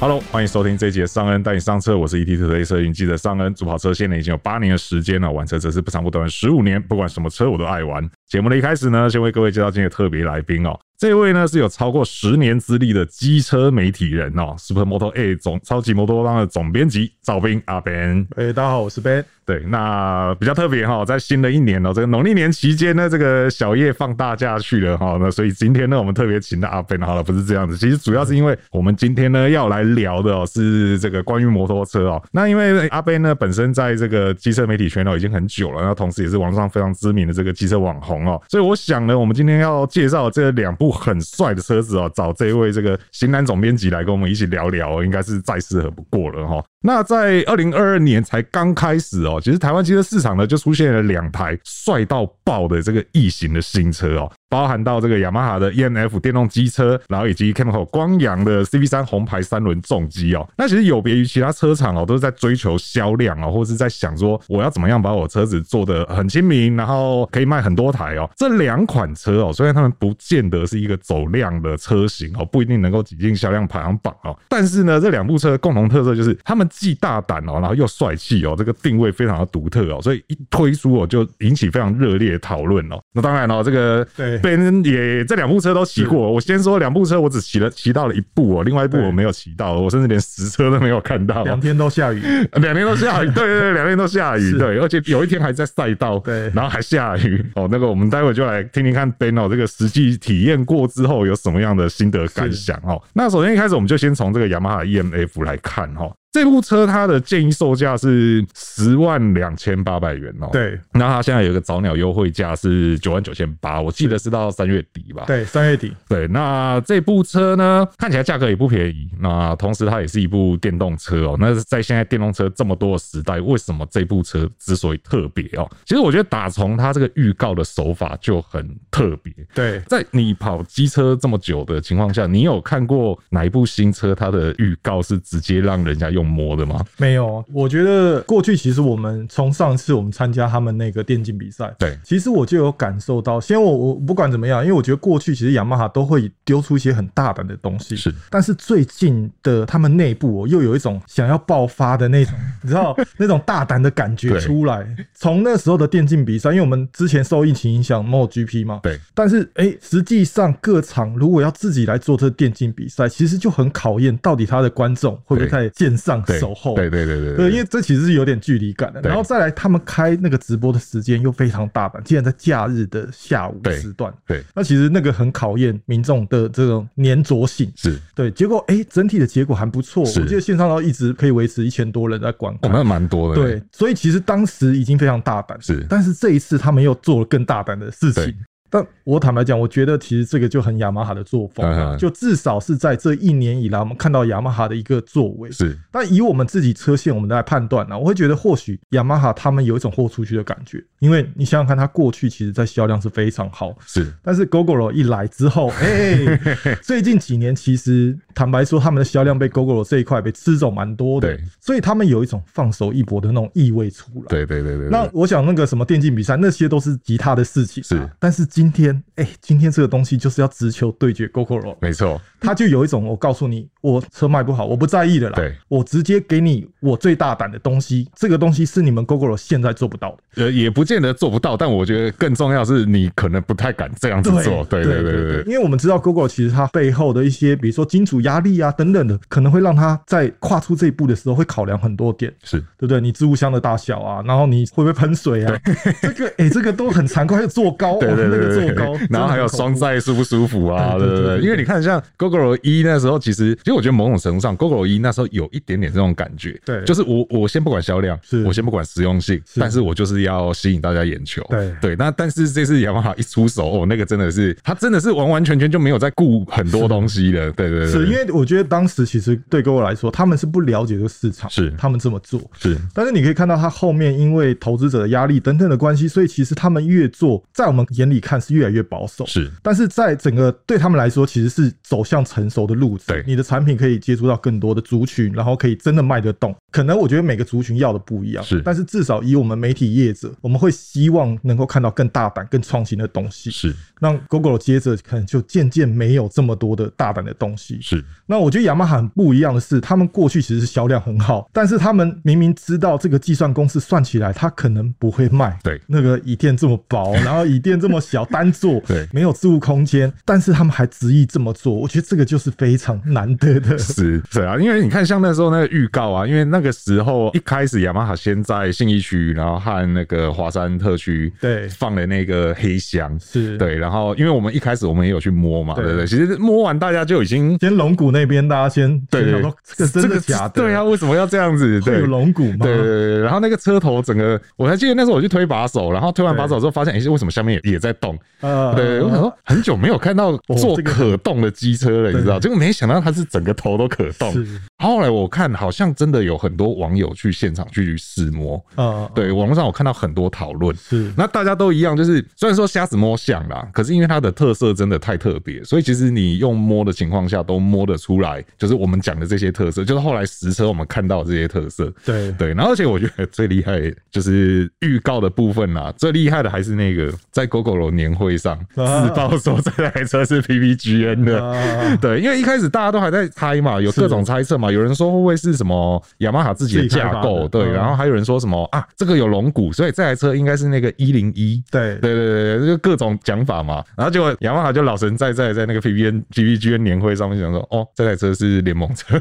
Hello，欢迎收听这一节尚恩带你上车，我是 E ET 特 a 社运记者尚恩。主跑车现在已经有八年的时间了，玩车则是不长不短十五年，不管什么车我都爱玩。节目的一开始呢，先为各位介绍今天的特别来宾哦，这位呢是有超过十年资历的机车媒体人哦，Super Moto A 总超级摩托帮的总编辑赵斌阿 Ben。哎、大家好，我是 Ben。对，那比较特别哈，在新的一年哦，这个农历年期间呢，这个小叶放大假去了哈，那所以今天呢，我们特别请到阿 Ben 好了，不是这样子，其实主要是因为我们今天呢要来聊的哦，是这个关于摩托车哦。那因为阿 Ben 呢本身在这个机车媒体圈哦已经很久了，那同时也是网络上非常知名的这个机车网红哦，所以我想呢，我们今天要介绍这两部很帅的车子哦，找这一位这个型男总编辑来跟我们一起聊聊哦，应该是再适合不过了哈、那在二零二二年才刚开始哦，其实台湾机车市场呢就出现了两台帅到爆的这个异形的新车哦，包含到这个雅马哈的 ENF 电动机车，然后以及 Camco 光阳的 CV 三红牌三轮重机哦。那其实有别于其他车厂哦，都是在追求销量哦，或是在想说我要怎么样把我车子做得很亲民，然后可以卖很多台哦。这两款车哦，虽然它们不见得是一个走量的车型哦，不一定能够挤进销量排行榜哦，但是呢，这两部车的共同特色就是它们既大胆哦，然后又帅气哦，这个定位非常的独特哦，所以一推出哦就引起非常热烈的讨论哦。那当然哦，这个对贝恩也这两部车都骑过，我先说两部车我只骑了骑到了一部哦，另外一部我没有骑到，我甚至连实车都没有看到哦、两天都下雨，两天都下 雨，对对对，两天都下雨，是对，而且有一天还在赛道，对然后还下雨哦。那个我们待会就来听听看 Ben 哦，这个实际体验过之后有什么样的心得感想哦。那首先一开始我们就先从这个雅马哈 EMF 来看哦。这部车它的建议售价是十万两千八百元哦，，对那它现在有一个早鸟优惠价是九万九千八，我记得是到三月底吧，对，三月底，对，那这部车呢，看起来价格也不便宜。那同时，它也是一部电动车哦。那在现在电动车这么多的时代，为什么这部车之所以特别哦？其实我觉得打从它这个预告的手法就很特别。哦 对，在你跑机车这么久的情况下，你有看过哪一部新车它的预告是直接让人家用摸的吗？没有。我觉得过去其实我们从上次我们参加他们那个电竞比赛，对其实我就有感受到，先我我不管怎么样，因为我觉得过去其实雅马哈都会丢出一些很大胆的东西，是，但是最近的他们内部、哦、又有一种想要爆发的那种，你知道那种大胆的感觉对出来。从那时候的电竞比赛，因为我们之前受疫情影响，MoGP 嘛，对，但是，哎、实际上各场如果要自己来做这电竞比赛，其实就很考验到底他的观众会不会在线上对，守候。对对对对对，因为这其实是有点距离感的。对然后再来，他们开那个直播的时间又非常大胆，竟然在假日的下午对时段。对那其实那个很考验民众的这种粘着性。是。对，结果哎、整体的结果还不错。我是记得线上到一直可以维持一千多人在观我看。们嗯蛮多的，对，所以其实当时已经非常大胆，是但是这一次他们又做了更大胆的事对情。但我坦白讲，我觉得其实这个就很雅马哈的作风啊、嗯哼就至少是在这一年以来，我们看到雅马哈的一个作为。是但以我们自己车线，我们来判断呢、啊我会觉得或许雅马哈他们有一种豁出去的感觉，因为你想想看，它过去其实在销量是非常好，是但是 GoGoRo 一来 之后，哎、最近几年其实坦白说，他们的销量被 GoGoRo 这一块被吃走蛮多的对，所以他们有一种放手一搏的那种意味出来。对对对对对，那我想那个什么电竞比赛那些都是其他的事情、啊，是。但是今天，哎、今天这个东西就是要直球对决 GoGoRo，没错，他就有一种我告诉你，我车卖不好，我不在意的啦，对我直接给你我最大胆的东西，这个东西是你们 GoGoRo 现在做不到的。呃，也不见得做不到，但我觉得更重要是你可能不太敢这样子做。对对对对对，因为我们知道 GoGo 其实它背后的一些，比如说金主压力啊等等的，可能会让它在跨出这一步的时候会考量很多点，是对不对？你置物箱的大小啊，然后你会不会喷水啊？这个哎、这个都很残酷，还有坐 高，对对哦、对那个对坐高对，， 然后还有双载，载舒不舒服啊？对对对对对对，对因为你看，像 GoGo 一那时候，其实其实我觉得某种程度上，GoGo 一那时候有一点点这种感觉，对就是我我先不管销量是，我先不管实用性，是但是我就是要吸引大家眼球。对对，那但是这次雅马哈一出手，哦，那个真的是，他真的是完完全全就没有在顾很多东西了。对对对，是因为我觉得当时其实对 GoGo 来说，他们是不了解这个市场，是他们这么做，是但是你可以看到，它后面因为投资者的压力等等的关系，所以其实他们越做，在我们眼里看看是越来越保守，是但是在整个对他们来说，其实是走向成熟的路子。对你的产品可以接触到更多的族群，然后可以真的卖得动。可能我觉得每个族群要的不一样，是但是至少以我们媒体业者，我们会希望能够看到更大胆、更创新的东西，是让 GoGo 接着可能就渐渐没有这么多的大胆的东西。是那我觉得雅马哈很不一样的是，他们过去其实是销量很好，但是他们明明知道这个计算公式算起来它可能不会卖，对那个椅垫这么 薄，然后椅垫这么小，单座，对没有置物空间，但是他们还执意这么做，我觉得这个就是非常难得的。是 是啊，因为你看，像那时候那个预告啊，因为那个时候一开始雅马哈先在信义区，然后和那个华山特区对放了那个黑箱，是，对，然后因为我们一开始我们也有去摸嘛，对对不对？其实摸完大家就已经先龙骨那边大家先对对先想说这个真的假的？对啊，，为什么要这样子？会对有。龙骨吗？啊对对对，然后那个车头整个，我还记得那时候我去推把手，然后推完把手之后发现，哎，为什么下面也也在动？呃哦对，我想说很久没有看到做这个可动的机车了，你知道？结果没想到它是整个头都可动。是后来我看好像真的有很多网友去现场去试摸，啊，对，网络上我看到很多讨论。是那大家都一样，就是虽然说瞎子摸象啦，可是因为它的特色真的太特别，所以其实你用摸的情况下都摸得出来，就是我们讲的这些特色，就是后来实车我们看到的这些特色。对对，然后而且我觉得最厉害就是预告的部分啦，最厉害的还是那个在 GoGo 年会上啊自曝说这台车是 PPGN 的，啊对，因为一开始大家都还在猜嘛，有是各种猜测嘛，有人说会不会是什么雅马哈自己的自己开架发构，的对，嗯然后还有人说什么啊，这个有龙骨，所以这台车应该是那个一零一。对对对对对，就各种讲法嘛，然后结果雅马哈就老神在在在那个 P P N G P G N 年会上面讲说，哦，这台车是联盟车，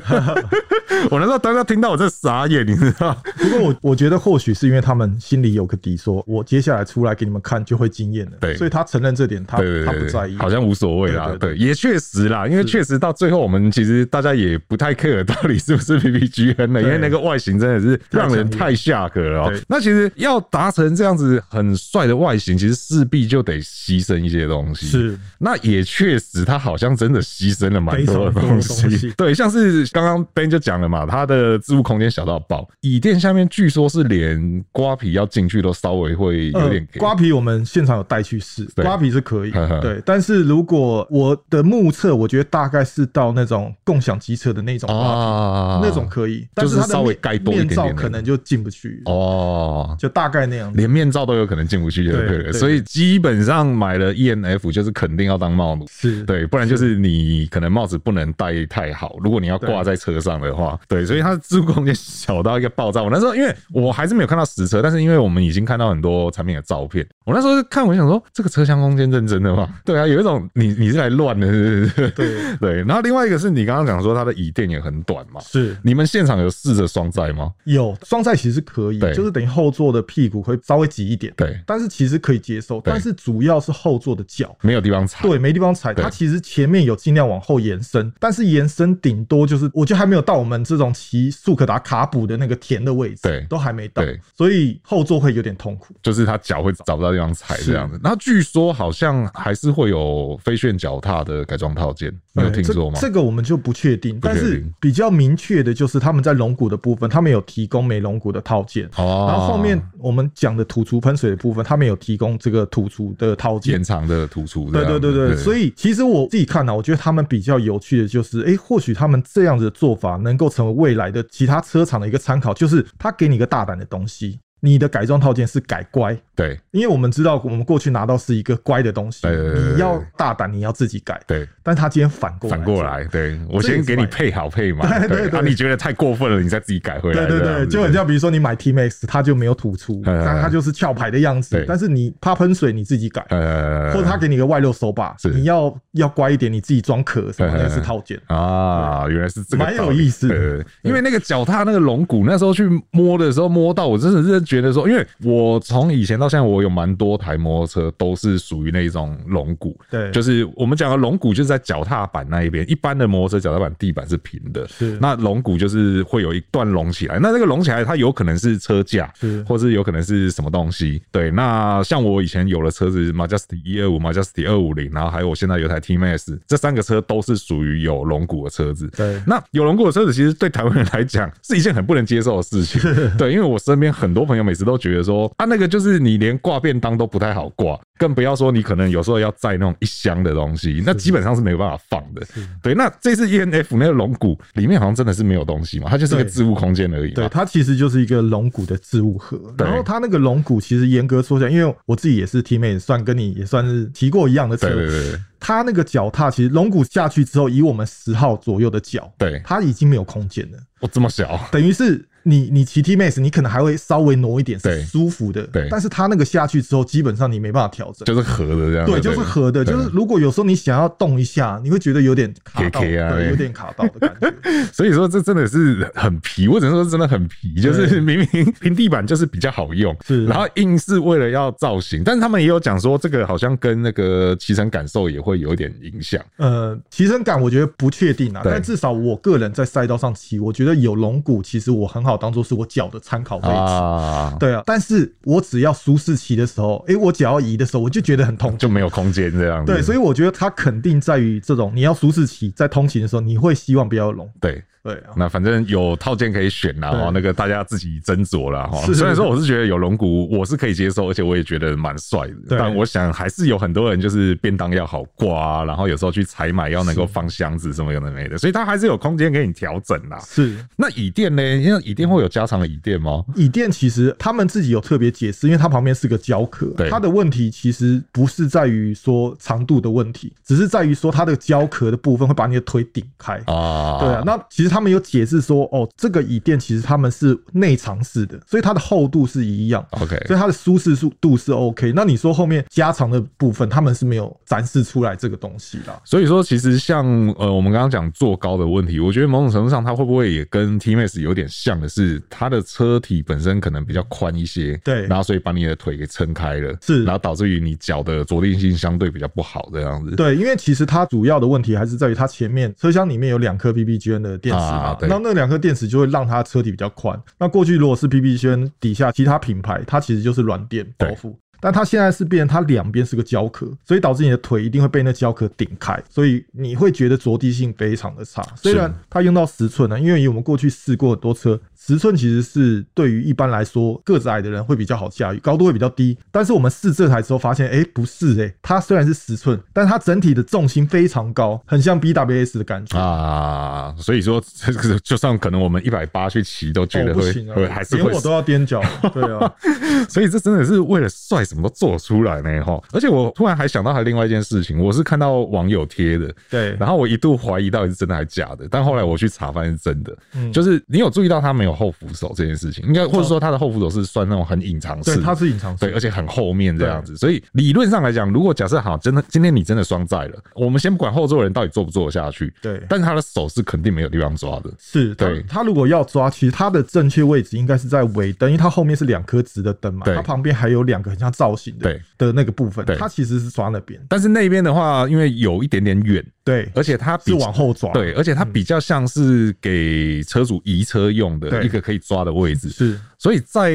我那时候当时听到我这傻眼，你知道？不过我我觉得或许是因为他们心里有个底说，我接下来出来给你们看就会惊艳了，对所以他承认这点，他对对他对不对，在意，好像无所谓啦对。对对，也确实啦，因为确实到最后，我们其实大家也不太 care 到底是不是 PPGN 了，因为那个外形真的是让人太下格了哦、对那其实要达成这样子很帅的外形，其实势必就得牺牲一些东西。。是那也确实，他好像真的牺牲了蛮多的非常多东的西。东西对，像是刚刚 Ben 就讲了嘛，他的置物空间小到爆，椅垫下面据说是连瓜皮要进去都稍微会有点、呃、瓜皮，我们现场有带去试，对瓜皮是可以呵呵对。但是如果我的目测，我觉得大概是到那种共享机车的那种瓜皮啊那种可以，但就是它的稍微面盖多一点点面罩可能就进不去，哦，就大概那样子。连面罩都有可能进不去就对对了，对所以基本上买了 ENF 就是肯定要当帽奴。是，对，不然就是你可能帽子不能戴太好，如果你要挂在车上的话，对，所以它的置物空间小到一个爆炸。我那时候因为我还是没有看到实车，但是因为我们已经看到很多产品的照片，我那时候看我想说这个车厢空间认真的 吗？对啊，有一种你你是来乱的，是不是？对对。然后另外一个是你刚刚讲说它的椅垫也很短嘛，是你们现场有试着双载吗？有双载其实可以对，就是等于后座的屁股会稍微挤一点，对，但是其实可以接受，对但是主要是后座的脚。没有地方踩。对，没地方踩。对它其实前面有尽量往后延伸，但是延伸顶多就是，我觉得还没有到我们这种骑速可达卡补的那个田的位置，对都还没到对，所以后座会有点痛苦。就是他脚会找不到地方踩这样子。然后据说好像还是会有飞旋脚踏的改装套件，你有对听说吗？这？这个我们就不确定，确但定是比较明确的就是他们在龙骨的部分，他们有提供美龙骨的套件。哦然后后面我们讲的土厨喷水的部分，他们有提供这个土厨的套件延。长的突出啊这对样对子，对对，所以以其实我自己看呢、我觉得他们比较有趣的就是，诶，或许他们这样子的做法能够成为未来的其他车厂的一个参考，就是他给你一个大胆的东西，你的改装套件是改乖，对因为我们知道我们过去拿到是一个乖的东西，对对对对你要大胆，你要自己改，对。但他今天反过来，反过来，，对我这也先是给你蛮配好配满，对对对对啊，你觉得太过分了，你再自己改回来对这对样子，对，就很像比如说你买 T Max，它就没有突出，嗯但它就是翘牌的样子对，但是你怕喷水你自己改，呃，或者他给你一个外露手把是，你要要乖一点，你自己装壳什么嗯那是套件。啊，原来是这个道理，蛮有意思的对对对因为那个脚踏那个龙骨，那时候去摸的时候摸到，我真的是觉得说，因为我从以前到现在，我有蛮多台摩托车都是属于那一种龙骨，对就是我们讲的龙骨就是在脚踏板那一边，一般的摩托车脚踏板地板是平的，是那龙骨就是会有一段隆起来，那这个隆起来它有可能是车架，是或是有可能是什么东西。对，那像我以前有的车子 Majesty 一二五、Majesty 二五零，然后还有我现在有台 T Max，这三个车都是属于有龙骨的车子。对那有龙骨的车子，其实对台湾人来讲是一件很不能接受的事情。对，因为我身边很多朋朋友每次都觉得说啊，那个就是你连挂便当都不太好挂，更不要说你可能有时候要载那种一箱的东西，那基本上是没有办法放的。对，那这次 E N F 那个龙骨里面好像真的是没有东西嘛，它就是个对置物空间而已对，嘛。它其实就是一个龙骨的置物盒。对然后它那个龙骨其实严格说起来，因为我自己也是 team 也算跟你也算是骑过一样的车。对对对对它那个脚踏其实龙骨下去之后，以我们十号左右的脚，对，它已经没有空间了，我这么小，等于是。你你骑 T Max，你可能还会稍微挪一点，对是舒服的。对但是它那个下去之后，基本上你没办法调整。就是合的这样。对，就是合的，对就是如果有时候你想要动一下，你会觉得有点卡到， K K 啊对，对有点卡到的感觉。所以说这真的是很皮，我只能说真的很皮，就是 明明平地板就是比较好用，是然后硬是为了要造型，但是他们也有讲说这个好像跟那个骑乘感受也会有一点影响，呃，骑乘感我觉得不确定啊，对但至少我个人在赛道上骑，我觉得有龙骨，其实我很好当做是我脚的参考位置。啊，对啊，但是我只要舒适骑的时候，诶、我脚要移的时候，我就觉得很痛苦。就没有空间这样子。对，所以以我觉得它肯定在于这种，你要舒适骑，在通勤的时候，你会希望不要有龙。对，对啊，那反正有套件可以选啦，哦对哈，那个大家自己斟酌啦，哈。是虽然说我是觉得有龙骨我是可以接受，而且我也觉得蛮帅的，对但我想还是有很多人就是便当要好挂、啊，然后有时候去采买要能够是放箱子什么有的没的，所以它还是有空间给你调整啦。是那椅垫呢？因为椅垫会有加长的椅垫吗？椅垫其实他们自己有特别解释，因为它旁边是个胶壳对，它的问题其实不是在于说长度的问题，只是在于说它的胶壳的部分会把你的腿顶开。啊，对啊，那其实他们有解释说，哦，这个椅垫其实他们是内藏式的，所以它的厚度是一样， OK，所以它的舒适度度是 OK。那你说后面加长的部分，他们是没有展示出来这个东西啦。所以说其实像呃，我们刚刚讲坐高的问题，我觉得某种程度上它会不会也跟 T Max 有点像的是，它的车体本身可能比较宽一些，对然后所以把你的腿给撑开了，是然后导致于你脚的着地性相对比较不好这样子。对，因为其实它主要的问题还是在于它前面车厢里面有两颗 PPGN 的电池啊嘛，对那那两颗电池就会让它车体比较宽。那过去如果是 PPGN 底下其他品牌，它其实就是软垫包覆。但它现在是变，它两边是个胶壳，所以导致你的腿一定会被那胶壳顶开，所以你会觉得着地性非常的差。虽然它用到十寸啊呢，因为以我们过去试过很多车，十寸其实是对于一般来说个子矮的人会比较好驾驭，高度会比较低。但是我们试这台之后发现，哎、不是哎、它虽然是十寸，但它整体的重心非常高，很像 BWS 的感觉。啊，所以说 这个就算可能我们一百八去骑都觉哦得不会、行啊会还，是连会我都要踮脚，对啊， 所以这真的是为了帅什么都做出来呢哈！而且我突然还想到还另外一件事情，我是看到网友贴的，对然后我一度怀疑到底是真的还是假的，但后来我去查发现是真的。嗯就是你有注意到它没有后扶手这件事情，应该或者说它的后扶手是算那种很隐藏式对，的，它是隐藏式对，而且很后面这样子，所以理论上来讲，如果假设好，真的今天你真的双载了，我们先不管后座人到底坐不坐得下去，对但是他的手是肯定没有地方抓的，是，它对它如果要抓，其实它的正确位置应该是在尾灯，因为它后面是两颗直的灯嘛，对它旁边还有两个很像造型的对的那个部分对，它其实是抓那边，但是那边的话，因为有一点点远，对，而且它比是往嗯后抓，对，而且它比较像是给车主移车用的对一个可以抓的位置，是 所以在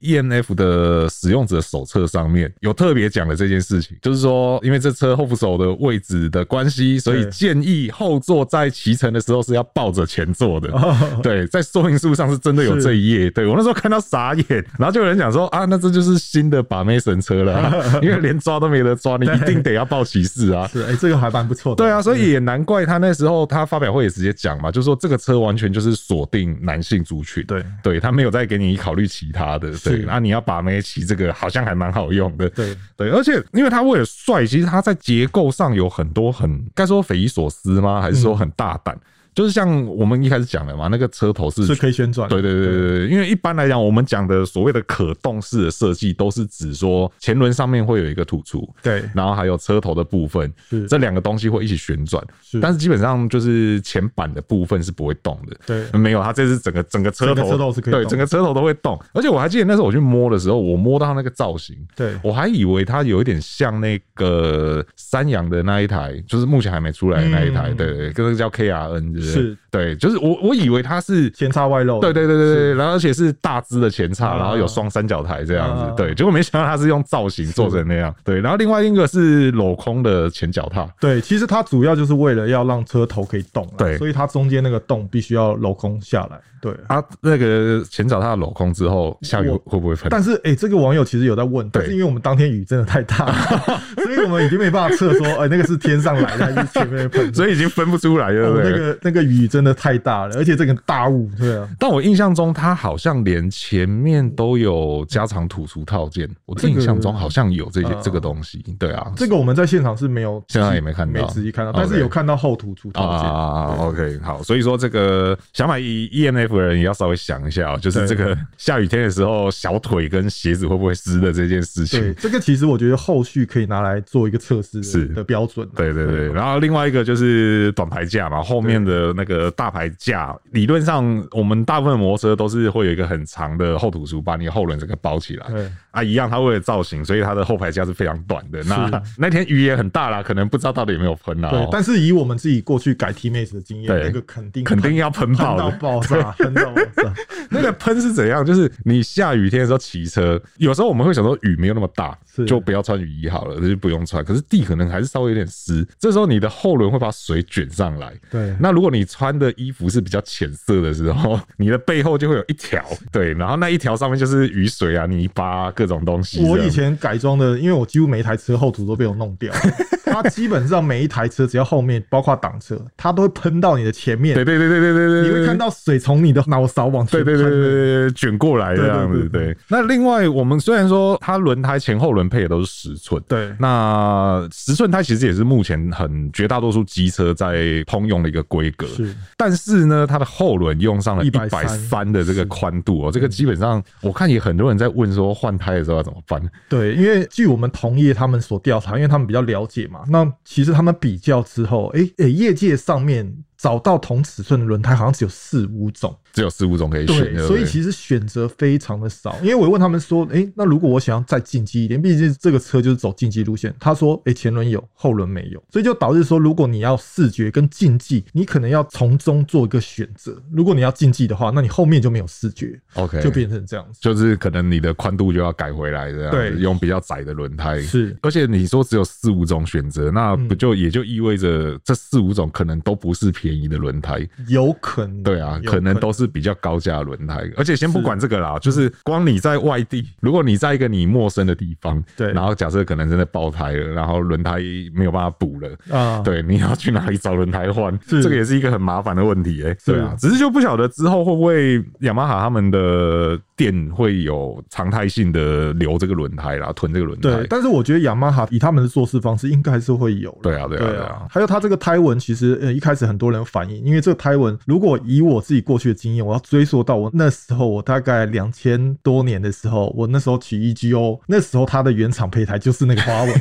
EMF 的使用者手册上面有特别讲的这件事情，就是说，因为这车后扶手的位置的关系，所以对建议后座在骑乘的时候是要抱着前座的。哦 对，在说明书上是真的有是这一页。对我那时候看到傻眼，然后就有人讲说啊，那这就是新的把妹神车了啊、因为连抓都没得抓，你一定得要抱骑士啊。是，哎，这个还蛮不错的，对啊，所以也难怪他那时候他发表会也直接讲嘛，就是说这个车完全就是锁定男性族群，对对，他没有再给你考虑其他的，对，是那你要把妹骑这个好像还蛮好用的，对对，而且因为他为了帅，其实他在结构上有很多很该说匪夷所思吗？还是说很大胆？就是像我们一开始讲的嘛，那个车头是是可以旋转对的，对对对对，因为一般来讲，我们讲的所谓的可动式的设计，都是指说前轮上面会有一个突出，对然后还有车头的部分是，这两个东西会一起旋转，是但是基本上就是前板的部分是不会动的。对没有，它这是整个整个车整头，个车头是可以对，动整个车头都会动。而且我还记得那时候我去摸的时候，我摸到它那个造型，对我还以为它有一点像那个三洋的那一台，就是目前还没出来的那一台，嗯对对，跟那个叫 KRN 对不对是对，就是我我以为它是前叉外露，对对对对对，是然后而且是大只的前叉，啊然后有双三角台这样啊子，对，结果没想到它是用造型做成那样，对，然后另外一个是镂空的前脚踏，对，其实它主要就是为了要让车头可以动啦，对所以它中间那个洞必须要镂空下来，对。啊，那个前脚踏镂空之后，下雨我会不会喷？但是，哎、这个网友其实有在问，但是因为我们当天雨真的太 大了，所以我们已经没办法测说，哎、那个是天上来的还是前面喷的。所以已经分不出来 了，对哦不对？那个那个雨真的太大了，而且这个大雾，对啊，但我印象中，它好像连前面都有加长土书套件，我这个印象中好像有这些呃这个东西，对啊，这个我们在现场是没有仔细，现在也没看到没仔细看到， OK 但是有看到后图出啊套啊件。啊啊，OK，好，所以说这个想买 E EMF 的人也要稍微想一下哦，就是对这个下雨天的时候，小腿跟鞋子会不会湿的这件事情对，。这个其实我觉得后续可以拿来做一个测试的是的标准啊。对对对，然后另外一个就是短排架嘛，后面的那个大排架，理论上我们大部分摩托车都是会有一个很长的后土书把你的后轮整个包起来。对啊，一样，它为了造型，所以它的后排架是非常短的。那那天雨也很大啦，可能不知道到底有没有喷啦、对哦，但是以我们自己过去改 T Max 的经验，对那个肯 定肯定要喷喷爆到的。爆炸，喷到爆 炸。那个喷是怎样？就是你下雨天的时候骑车，有时候我们会想说雨没有那么大是，就不要穿雨衣好了，就不用穿。可是地可能还是稍微有点湿，这时候你的后轮会把水卷上来。对，那如果你穿的衣服是比较浅色的时候， 你的背后就会有一条，对，然后那一条上面就是雨水啊、泥巴、啊、各种东西这样。我以前改装的，因为我几乎每一台车后图都被我弄 掉了，它基本上每一台车只要后面包括挡车，它都会喷到你的前面对，对对对对对对，你对会看。到水从你的脑勺往前对喷。对对对对对，卷过来这样子。对对对对，那另外我们虽然说它轮胎前后轮配的都是十寸，对那十寸胎其实也是目前很绝大多数机车在通用的一个规格。是但是呢，它的后轮用上了一130百三的这个宽度哦、嗯这个基本上我看也很多人在问说换胎的时候要怎么办。对，因为据我们同业他们所调查，因为他们比较了解嘛，那其实他们比较之后，诶、诶、业界上面找到同尺寸的轮胎好像只有四五种，只有十五种可以选，对不对所以其实选择非常的少。因为我问他们说，诶、那如果我想要再进击一点，毕竟这个车就是走进击路线，他说，诶、前轮有，后轮没有，所以就导致说，如果你要视觉跟竞技，你可能要从中做一个选择。如果你要竞技的话，那你后面就没有视觉， OK 就变成这样子。就是可能你的宽度就要改回来，这样子对用比较窄的轮胎。是嗯而且你说只有四五种选择，那不就也就意味着这四五种可能都不是便宜的轮胎。有可能，对啊，有可能都是比较高价的轮胎，而且先不管这个啦，就是光你在外地，如果你在一个你陌生的地方，嗯对然后假设可能真的爆胎了，然后轮胎没有办法补了，啊，对，你要去哪里找轮胎换？是这个也是一个很麻烦的问题、欸，对啊，只是就不晓得之后会不会雅马哈他们的店会有常态性的留这个轮胎啦，囤这个轮胎对，。但是我觉得雅马哈以他们的做事方式，应该还是会有啦对啊对啊对对啊还有它这个胎纹，其实呃一开始很多人反映，因为这个胎纹，如果以我自己过去的经验，我要追溯到我那时候，我大概两千多年的时候，我那时候骑 EGO，那时候它的原厂胚胎就是那 个花纹，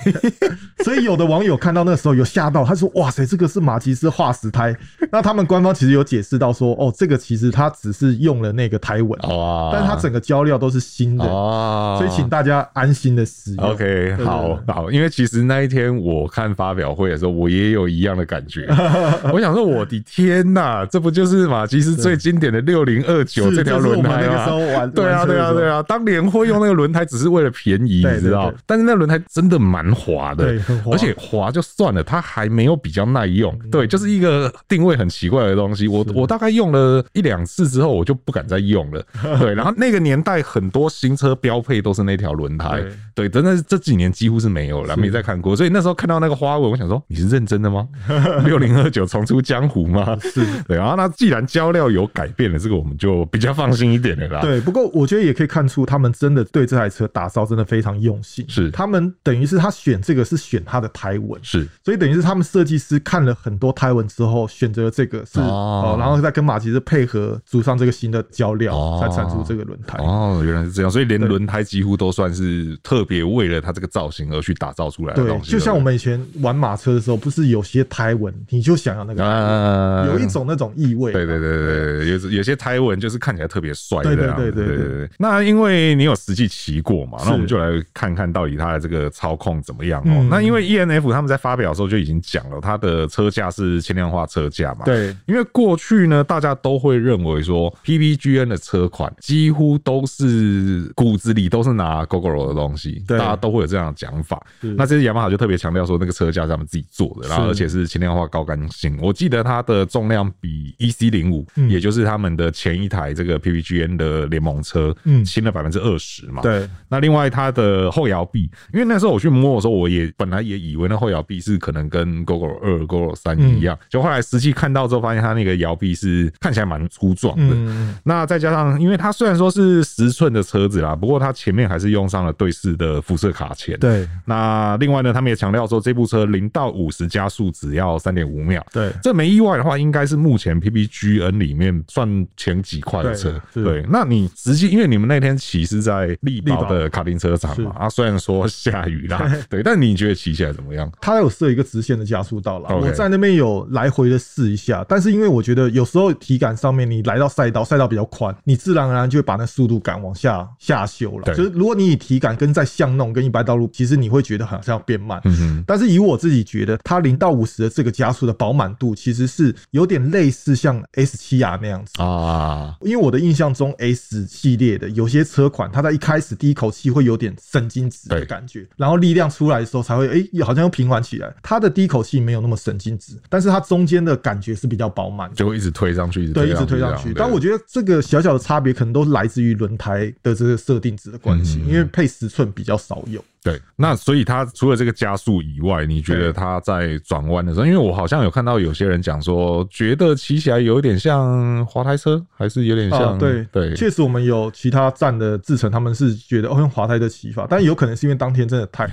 所以有的网友看到那时候有吓到，他说：“哇塞，这个是马吉斯化石胎。”那他们官方其实有解释到说：“哦，这个其实它只是用了那个胎纹，哇啊但它整个胶料都是新的。”哦，所以请大家安心的使用。 OK，对好好，因为其实那一天我看发表会的时候，我也有一样的感 觉。我想说，我的天呐，这不就是马吉斯最经典的六零二九是这条轮就是胎我们那个时候吗？玩，对啊，对啊，对啊，啊！当年会用那个轮胎只是为了便宜，对你知道对对？但是那轮胎真的蛮滑的对，很滑嗯而且滑就算了，它还没有比较耐用。对，就是一个定位很奇怪的东西。我我大概用了一两次之后，我就不敢再用 了。对，然后那个年代很多新车标配都是那条轮胎。对，真的是这几年几乎是没有了，没再看过。所以那时候看到那个花纹，我想说你是认真的 吗？六零二九重出江湖吗？是对。然后那既然胶料有改变了，这个我们就比较放心一点了啦。对，不过我觉得也可以看出，他们真的对这台车打造真的非常用心。是他们等于是他选这个是选他的胎纹，是所以等于是他们设计师看了很多胎纹之后，选择这个是哦哦，然后再跟马吉斯配合组上这个新的胶哦料，才产出这个轮胎。哦，原来是这样，所以连对轮胎几乎都算是特别为了它这个造型而去打造出来的对东，西。就像对我不对们以前玩马车的时候，不是有些胎纹，你就想要那个胎纹，啊啊有一种那种异味。啊对对对对对，有有些胎纹就是看起来特别帅这样。对对对对对对对。那因为你有实际骑过嘛，是那我们就来看看到底它的这个操控怎么样哦、嗯那因为 E N F 他们在发表的时候就已经讲了，它的车架是轻量化车架嘛。。对因为过去呢，大家都会认为说 PPGN 的车款几乎都是骨子里都是拿 GoGoRo 的东西，大对家都会有这样的讲法。是那这次雅马哈就特别强调说，那个车架是他们自己做的，然后是而且是轻量化高刚性。我记得它的重量比 EC 零五，嗯也就是他们的前一台这个 PPGN 的联盟车，嗯轻了百分之二十嘛。。对那另外它的后摇臂，因为那时候我去摸的时候，我也本来也以为那后摇臂是可能跟 GoGo 二、GoGo 三一样，嗯就后来实际看到之后，发现它那个摇臂是看起来蛮粗壮的。嗯那再加上，因为它虽然说是十寸的车子啦，不过它前面还是用上了对式的辐射卡钳。对那另外呢，他们也强调说，这部车零到五十加速只要三点五秒。对这没意外的话，应该是目前 PPGN 里面算前几快的车。对是对，那你实际因为你们那天骑是在力宝力宝的卡丁车场嘛，是啊，虽然说下雨 啦，对，但你觉得骑起来怎么样？它有设一个直线的加速道啦， OK 我在那边有来回的试一下，但是因为我觉得有时候体感上面，你来到赛道，赛道比较宽，你自然而然就会把那速度感往下下修了对。就是如果你以体感跟在巷弄跟一般道路，其实你会觉得好像变慢。嗯哼，但是以我自己觉得，它零到五十的这个加速的饱满度，其实是有点类似像 S 七 R 那样子。啊，因为我的印象中，S 系列的有些车款，它在一开始第一口气会有点神经质的对感觉，然后力量出来的时候才会，哎、好像又平缓起来。它的第一口气没有那么神经质，但是它中间的感觉是比较饱满的。就会一直推上去，对，一直推上去。但我觉觉得这个小小的差别，可能都来自于轮胎的这个设定值的关系，嗯因为配十寸比较少有。对，那所以它除了这个加速以外，你觉得它在转弯的时候，因为我好像有看到有些人讲说，觉得骑起来有点像滑胎车，还是有点像、啊，对对，确实我们有其他站的制成，他们是觉得哦用滑胎的骑法，但有可能是因为当天真的太，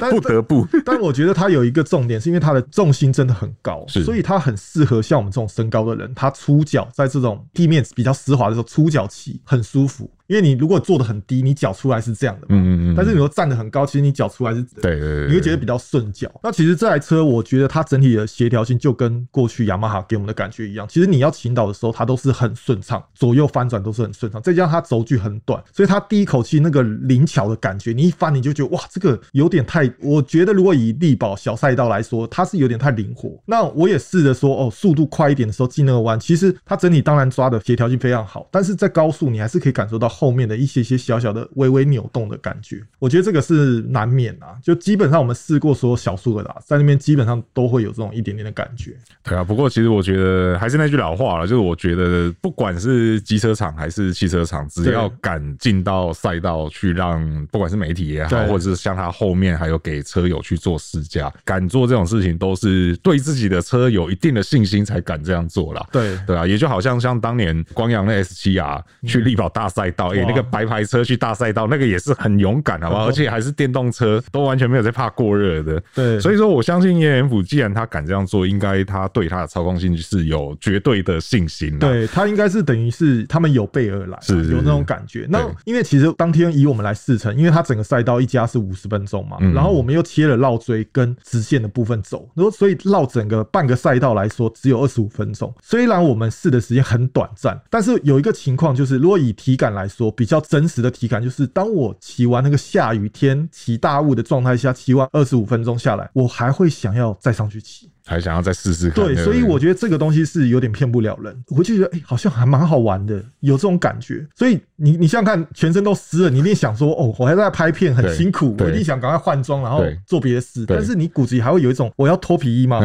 但不得不但我觉得它有一个重点，是因为它的重心真的很高，是所以它很适合像我们这种身高的人，他出脚在这种地面比较湿滑的时候出脚骑很舒服。因为你如果坐得很低，你脚出来是这样的嘛，嗯嗯嗯但是你若站得很高，其实你脚出来是，对对对对，你会觉得比较顺脚。那其实这台车，我觉得它整体的协调性就跟过去雅马哈给我们的感觉一样。其实你要倾倒的时候，它都是很顺畅，左右翻转都是很顺畅。再加上它轴距很短，所以它第一口气那个灵巧的感觉，你一翻你就觉得哇，这个有点太。我觉得如果以力宝小赛道来说，它是有点太灵活。那我也试着说哦，速度快一点的时候进那个弯，其实它整体当然抓的协调性非常好，但是在高速你还是可以感受到后面的一些些小小的微微扭动的感觉。我觉得这个是难免啊，就基本上我们试过所有小速的啦，在那边基本上都会有这种一点点的感觉。对啊，不过其实我觉得还是那句老话了，就是我觉得不管是机车厂还是汽车厂，只对要敢进到赛道去让，不管是媒体也好，对或者是像他后面还有给车友去做试驾，敢做这种事情，都是对自己的车有一定的信心才敢这样做啦。对嗯对啊，也就好像像当年光阳的 S 7 r 去力宝大赛道，哎、哇嗯那个白牌车去大赛道，那个也是很勇敢，好不好？很而且还是电动车，都完全没有在怕过热的。对所以说我相信 E M F 既然他敢这样做，应该他对他的操控性是有绝对的信心的。对他应该是等于是他们有备而来，啊是是是有那种感觉。那对因为其实当天以我们来试乘，因为它整个赛道一家是五十分钟嘛嗯，然后我们又切了绕锥跟直线的部分走，然后所以绕整个半个赛道来说只有二十五分钟。虽然我们试的时间很短暂，但是有一个情况就是，如果以体感来说，比较真实的体感就是，当我骑完那个下雨天、骑大雾的状态下，骑完二十五分钟下来，我还会想要再上去骑。还想要再试试看。对，不所以我觉得这个东西是有点骗不了人。我就觉得，哎、好像还蛮好玩的，有这种感觉。所以你你想想看，全身都湿了，你一定想说，哦，我还在拍片，很对辛苦，我对一定想赶快换装，然后对做别的事。对嗯但是你骨子里还会有一种，我要脱皮衣吗？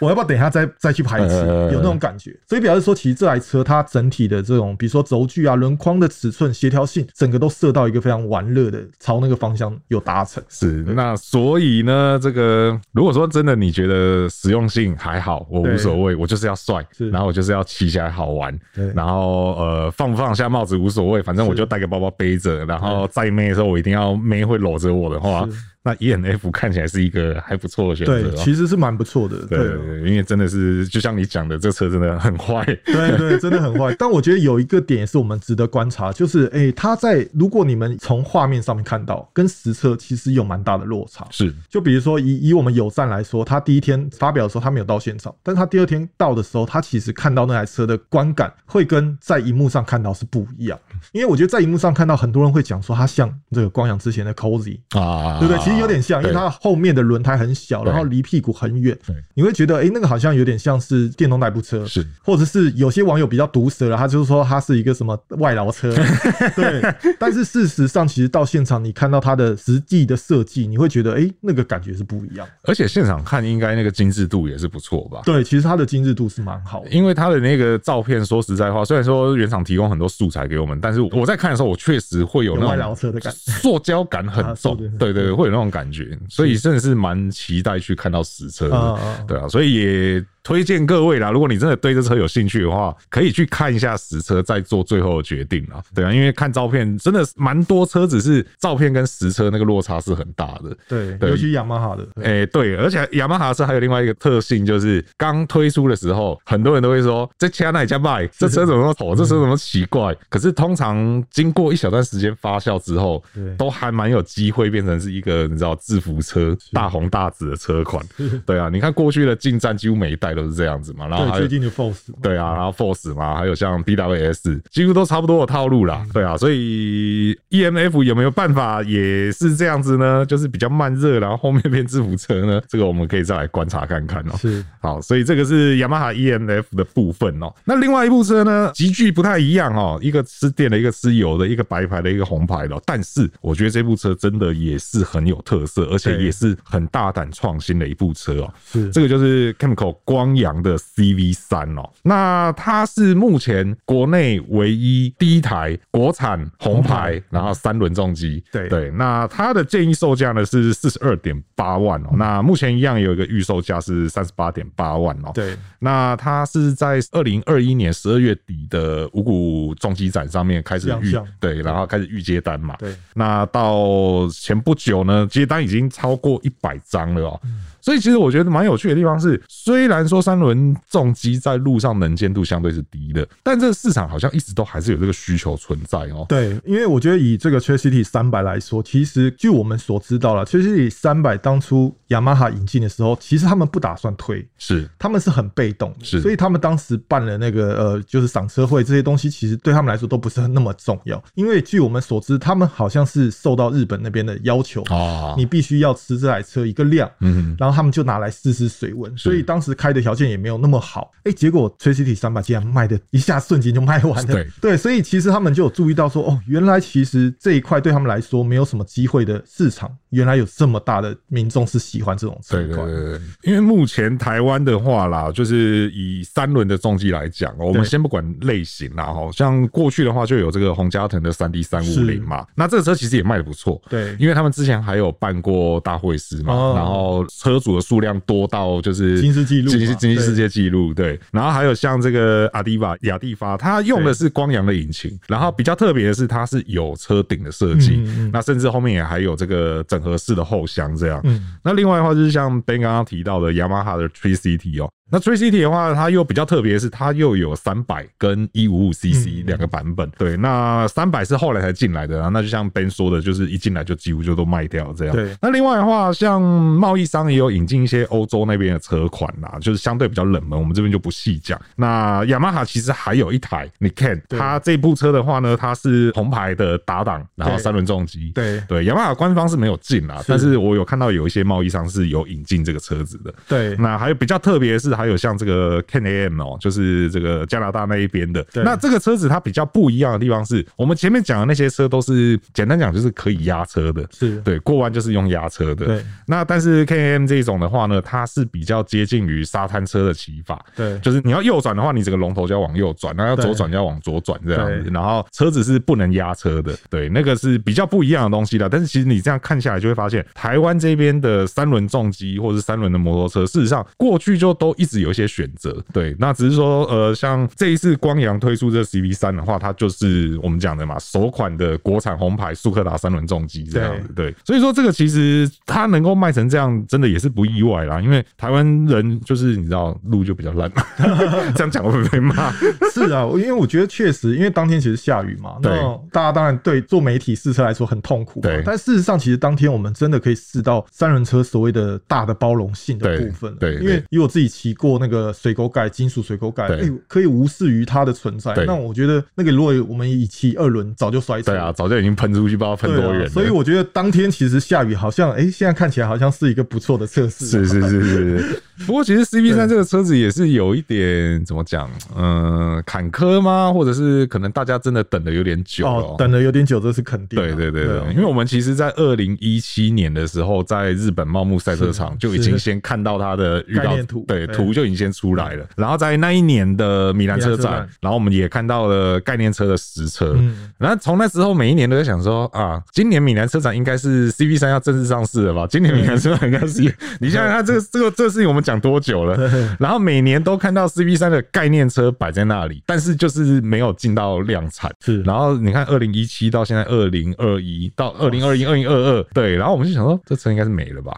我要不要等一下再再去排一次？呃有那种感觉。所以表示说，其实这台车它整体的这种，比如说轴距啊、轮框的尺寸、协调性，整个都设到一个非常玩乐的，朝那个方向有达成。 是，那所以呢，这个如果说真的你觉得实用性还好，我无对所谓，我就是要帅，是然后我就是要骑起来好玩对，然后呃放不放下帽子无所谓，反正我是就带个包包背着，然后再妹的时候我一定要妹会搂着我的话是。那 E N F 看起来是一个还不错的选择对，哦、其实是蛮不错的，对对啊对对，因为真的是就像你讲的，这车真的很坏。对对，真的很坏。但我觉得有一个点也是我们值得观察，就是诶、它在如果你们从画面上面看到，跟实车其实有蛮大的落差。是就比如说以以我们友站来说，他第一天发表的时候他没有到现场，但是他第二天到的时候，他其实看到那台车的观感会跟在荧幕上看到是不一样。因为我觉得在荧幕上看到，很多人会讲说它像这个光阳之前的 Cozy，啊，对不对？其实有点像，因为它后面的轮胎很小，对然后离屁股很远对，你会觉得哎、诶那个好像有点像是电动代步车，是或者是有些网友比较毒舌了，他就是说它是一个什么外劳 车，对。但是事实上，其实到现场你看到它的实际的设计，你会觉得哎、诶那个感觉是不一样。而且现场看应该那个精致度也是不错吧？对，其实它的精致度是蛮好的。因为他的那个照片，说实在话，虽然说原厂提供很多素材给我们，但是我在看的时候，我确实会有有外那劳种车的感觉，塑胶感很啊重对，对对，会有那种感觉，所以真的是蛮期待去看到实车啊的啊啊，对啊，所以也推荐各位啦，如果你真的对这车有兴趣的话，可以去看一下实车，再做最后的决定啦，对啊，因为看照片真的蛮多车子是照片跟实车那个落差是很大的，对，对尤其雅马哈的，对诶、哎对，而且雅马哈车还有另外一个特性，就是刚推出的时候，很多人都会说这车哪家卖，这车怎么那么嗯丑，这车怎么奇怪。可是通常经过一小段时间发酵之后对，都还蛮有机会变成是一个你知道制服车大红大紫的车款。对啊，你看过去的进站几乎每一代都是这样子嘛，然后对，还有最近的 Force 嘛。对啊，然后 Force 嘛，还有像 DWS，几乎都差不多的套路嗯啦。对啊，所以 EMF 有没有办法也是这样子呢？就是比较慢热，然后后面变制服车呢？这个我们可以再来观察看看哦、是好，所以这个是雅马哈 EMF 的部分哦。那另外一部车呢，极具不太一样哦，一个吃电的，一个吃油的，一个白牌的，一个红牌的哦。但是我觉得这部车真的也是很有特色，而且对也是很大胆创新的一部车哦。是这个就是 Chemical 光阳的 CV 三哦，那它是目前国内唯一第一台国产红牌，然后三轮重机。对对，那它的建议售价呢是四十二点八万哦，那目前一样有一个预售价是三十八点八万哦。对那它是在二零二一年十二月底的五谷重机展上面开始亮预相对，然后开始预接单嘛。对，那到前不久呢，接单已经超过一百张了哦、嗯所以其实我觉得蛮有趣的地方是，虽然说三轮重机在路上能见度相对是低的，但这个市场好像一直都还是有这个需求存在哦、对，因为我觉得以这个 Chasity 三百来说，其实据我们所知道了，Chasity 三百当初雅马哈引进的时候，其实他们不打算推，是他们是很被动的，是所以他们当时办了那个呃，就是赏车会这些东西，其实对他们来说都不是那么重要，因为据我们所知，他们好像是受到日本那边的要求，哦，你必须要吃这台车一个量，嗯，然后他们就拿来试试水温，所以当时开的条件也没有那么好。哎、结果 Tracity 三百竟然卖的一下瞬间就卖完了。对所以其实他们就有注意到说，哦，原来其实这一块对他们来说没有什么机会的市场，原来有这么大的民众是喜欢这种车对对款。对对，因为目前台湾的话啦，就是以三轮的重机来讲，我们对先不管类型啦，哈，像过去的话就有这个洪家腾的三 D 三五是零嘛，那这个车其实也卖的不错，对因为他们之前还有办过大会师嘛，哦然后车主的数量多到就是吉尼斯纪录吉嘛尼斯吉尼斯对世界纪录对。然后还有像这个阿迪法雅蒂发，它用的是光阳的引嗯擎，然后比较特别的是它是有车顶的设计嗯嗯嗯，那甚至后面也还有这个整合式的后箱这样。嗯，那另外的话就是像 Ben 刚刚提到的雅马哈的 Tree City 哦，那 Tree City 的话，它又比较特别，是它又有三百跟一五五 CC 嗯两个版本。对，那三百是后来才进来的啊，那就像 Ben 说的，就是一进来就几乎就都卖掉这样。对那另外的话，像贸易商也有引进一些欧洲那边的车款啦，就是相对比较冷门，我们这边就不细讲。那雅马哈其实还有一台，你看对它这部车的话呢，它是红牌的打档，然后对三轮重机。对对，雅马哈官方是没有进啦，是但是我有看到有一些贸易商是有引进这个车子的。对那还有比较特别的是，还有像这个 KAM 哦，就是这个加拿大那一边的。对那这个车子它比较不一样的地方是，我们前面讲的那些车都是简单讲就是可以压车的，是对，过弯就是用压车的。对，那但是 KAM 这种的话呢，它是比较接近于沙滩车的骑法，对就是你要右转的话，你整个龙头就要往右转，那要对左转就要往左转这样子对。然后车子是不能压车的，对，那个是比较不一样的东西啦。但是其实你这样看下来，就会发现台湾这边的三轮重机或者是三轮的摩托车，事实上过去就都一一直有一些选择。对，那只是说呃，像这一次光阳推出这 CV 三的话，它就是我们讲的嘛，首款的国产红牌速克达三轮重机这样子。对，所以说这个其实它能够卖成这样，真的也是不意外啦。因为台湾人就是你知道路就比较烂， 这样讲会不会被骂？是啊，因为我觉得确实，因为当天其实下雨嘛，对那大家当然对做媒体试车来说很痛苦嘛，对但事实上，其实当天我们真的可以试到三轮车所谓的大的包容性的对部分了，对因为以我自己骑过那个水沟盖，金属水沟盖，哎、对可以无视于它的存在对。那我觉得那个如果我们以骑二轮，早就摔车对了。啊，早就已经喷出去，不知道喷对多远啊了。，所以我觉得当天其实下雨好像，哎、现在看起来好像是一个不错的测试。啊是是是是是。不过其实 CB 三对这个车子也是有一点怎么讲，嗯、坎坷吗？或者是可能大家真的等的有点久了、哦，等了有点久，这是肯定对的。对对对，啊因为我们其实，在二零一七年的时候，在日本茂木赛车场是就已经先看到它的预概告念图对对图就已经先出来了。然后在那一年的米兰车米兰车展展，然后我们也看到了概念车的实车。嗯然后从那之后，每一年都在想说啊，今年米兰车展应该是 CV 三要正式上市了吧？今年米兰车展应该是，你想想看，这个这个这个事情我们讲多久了？然后每年都看到 CV 三的概念车摆在那里，但是就是没有进到量产。是然后你看，二零一七到现在二零二一到二零二一、二零二二，对，然后我们就想说这车应该是没了吧，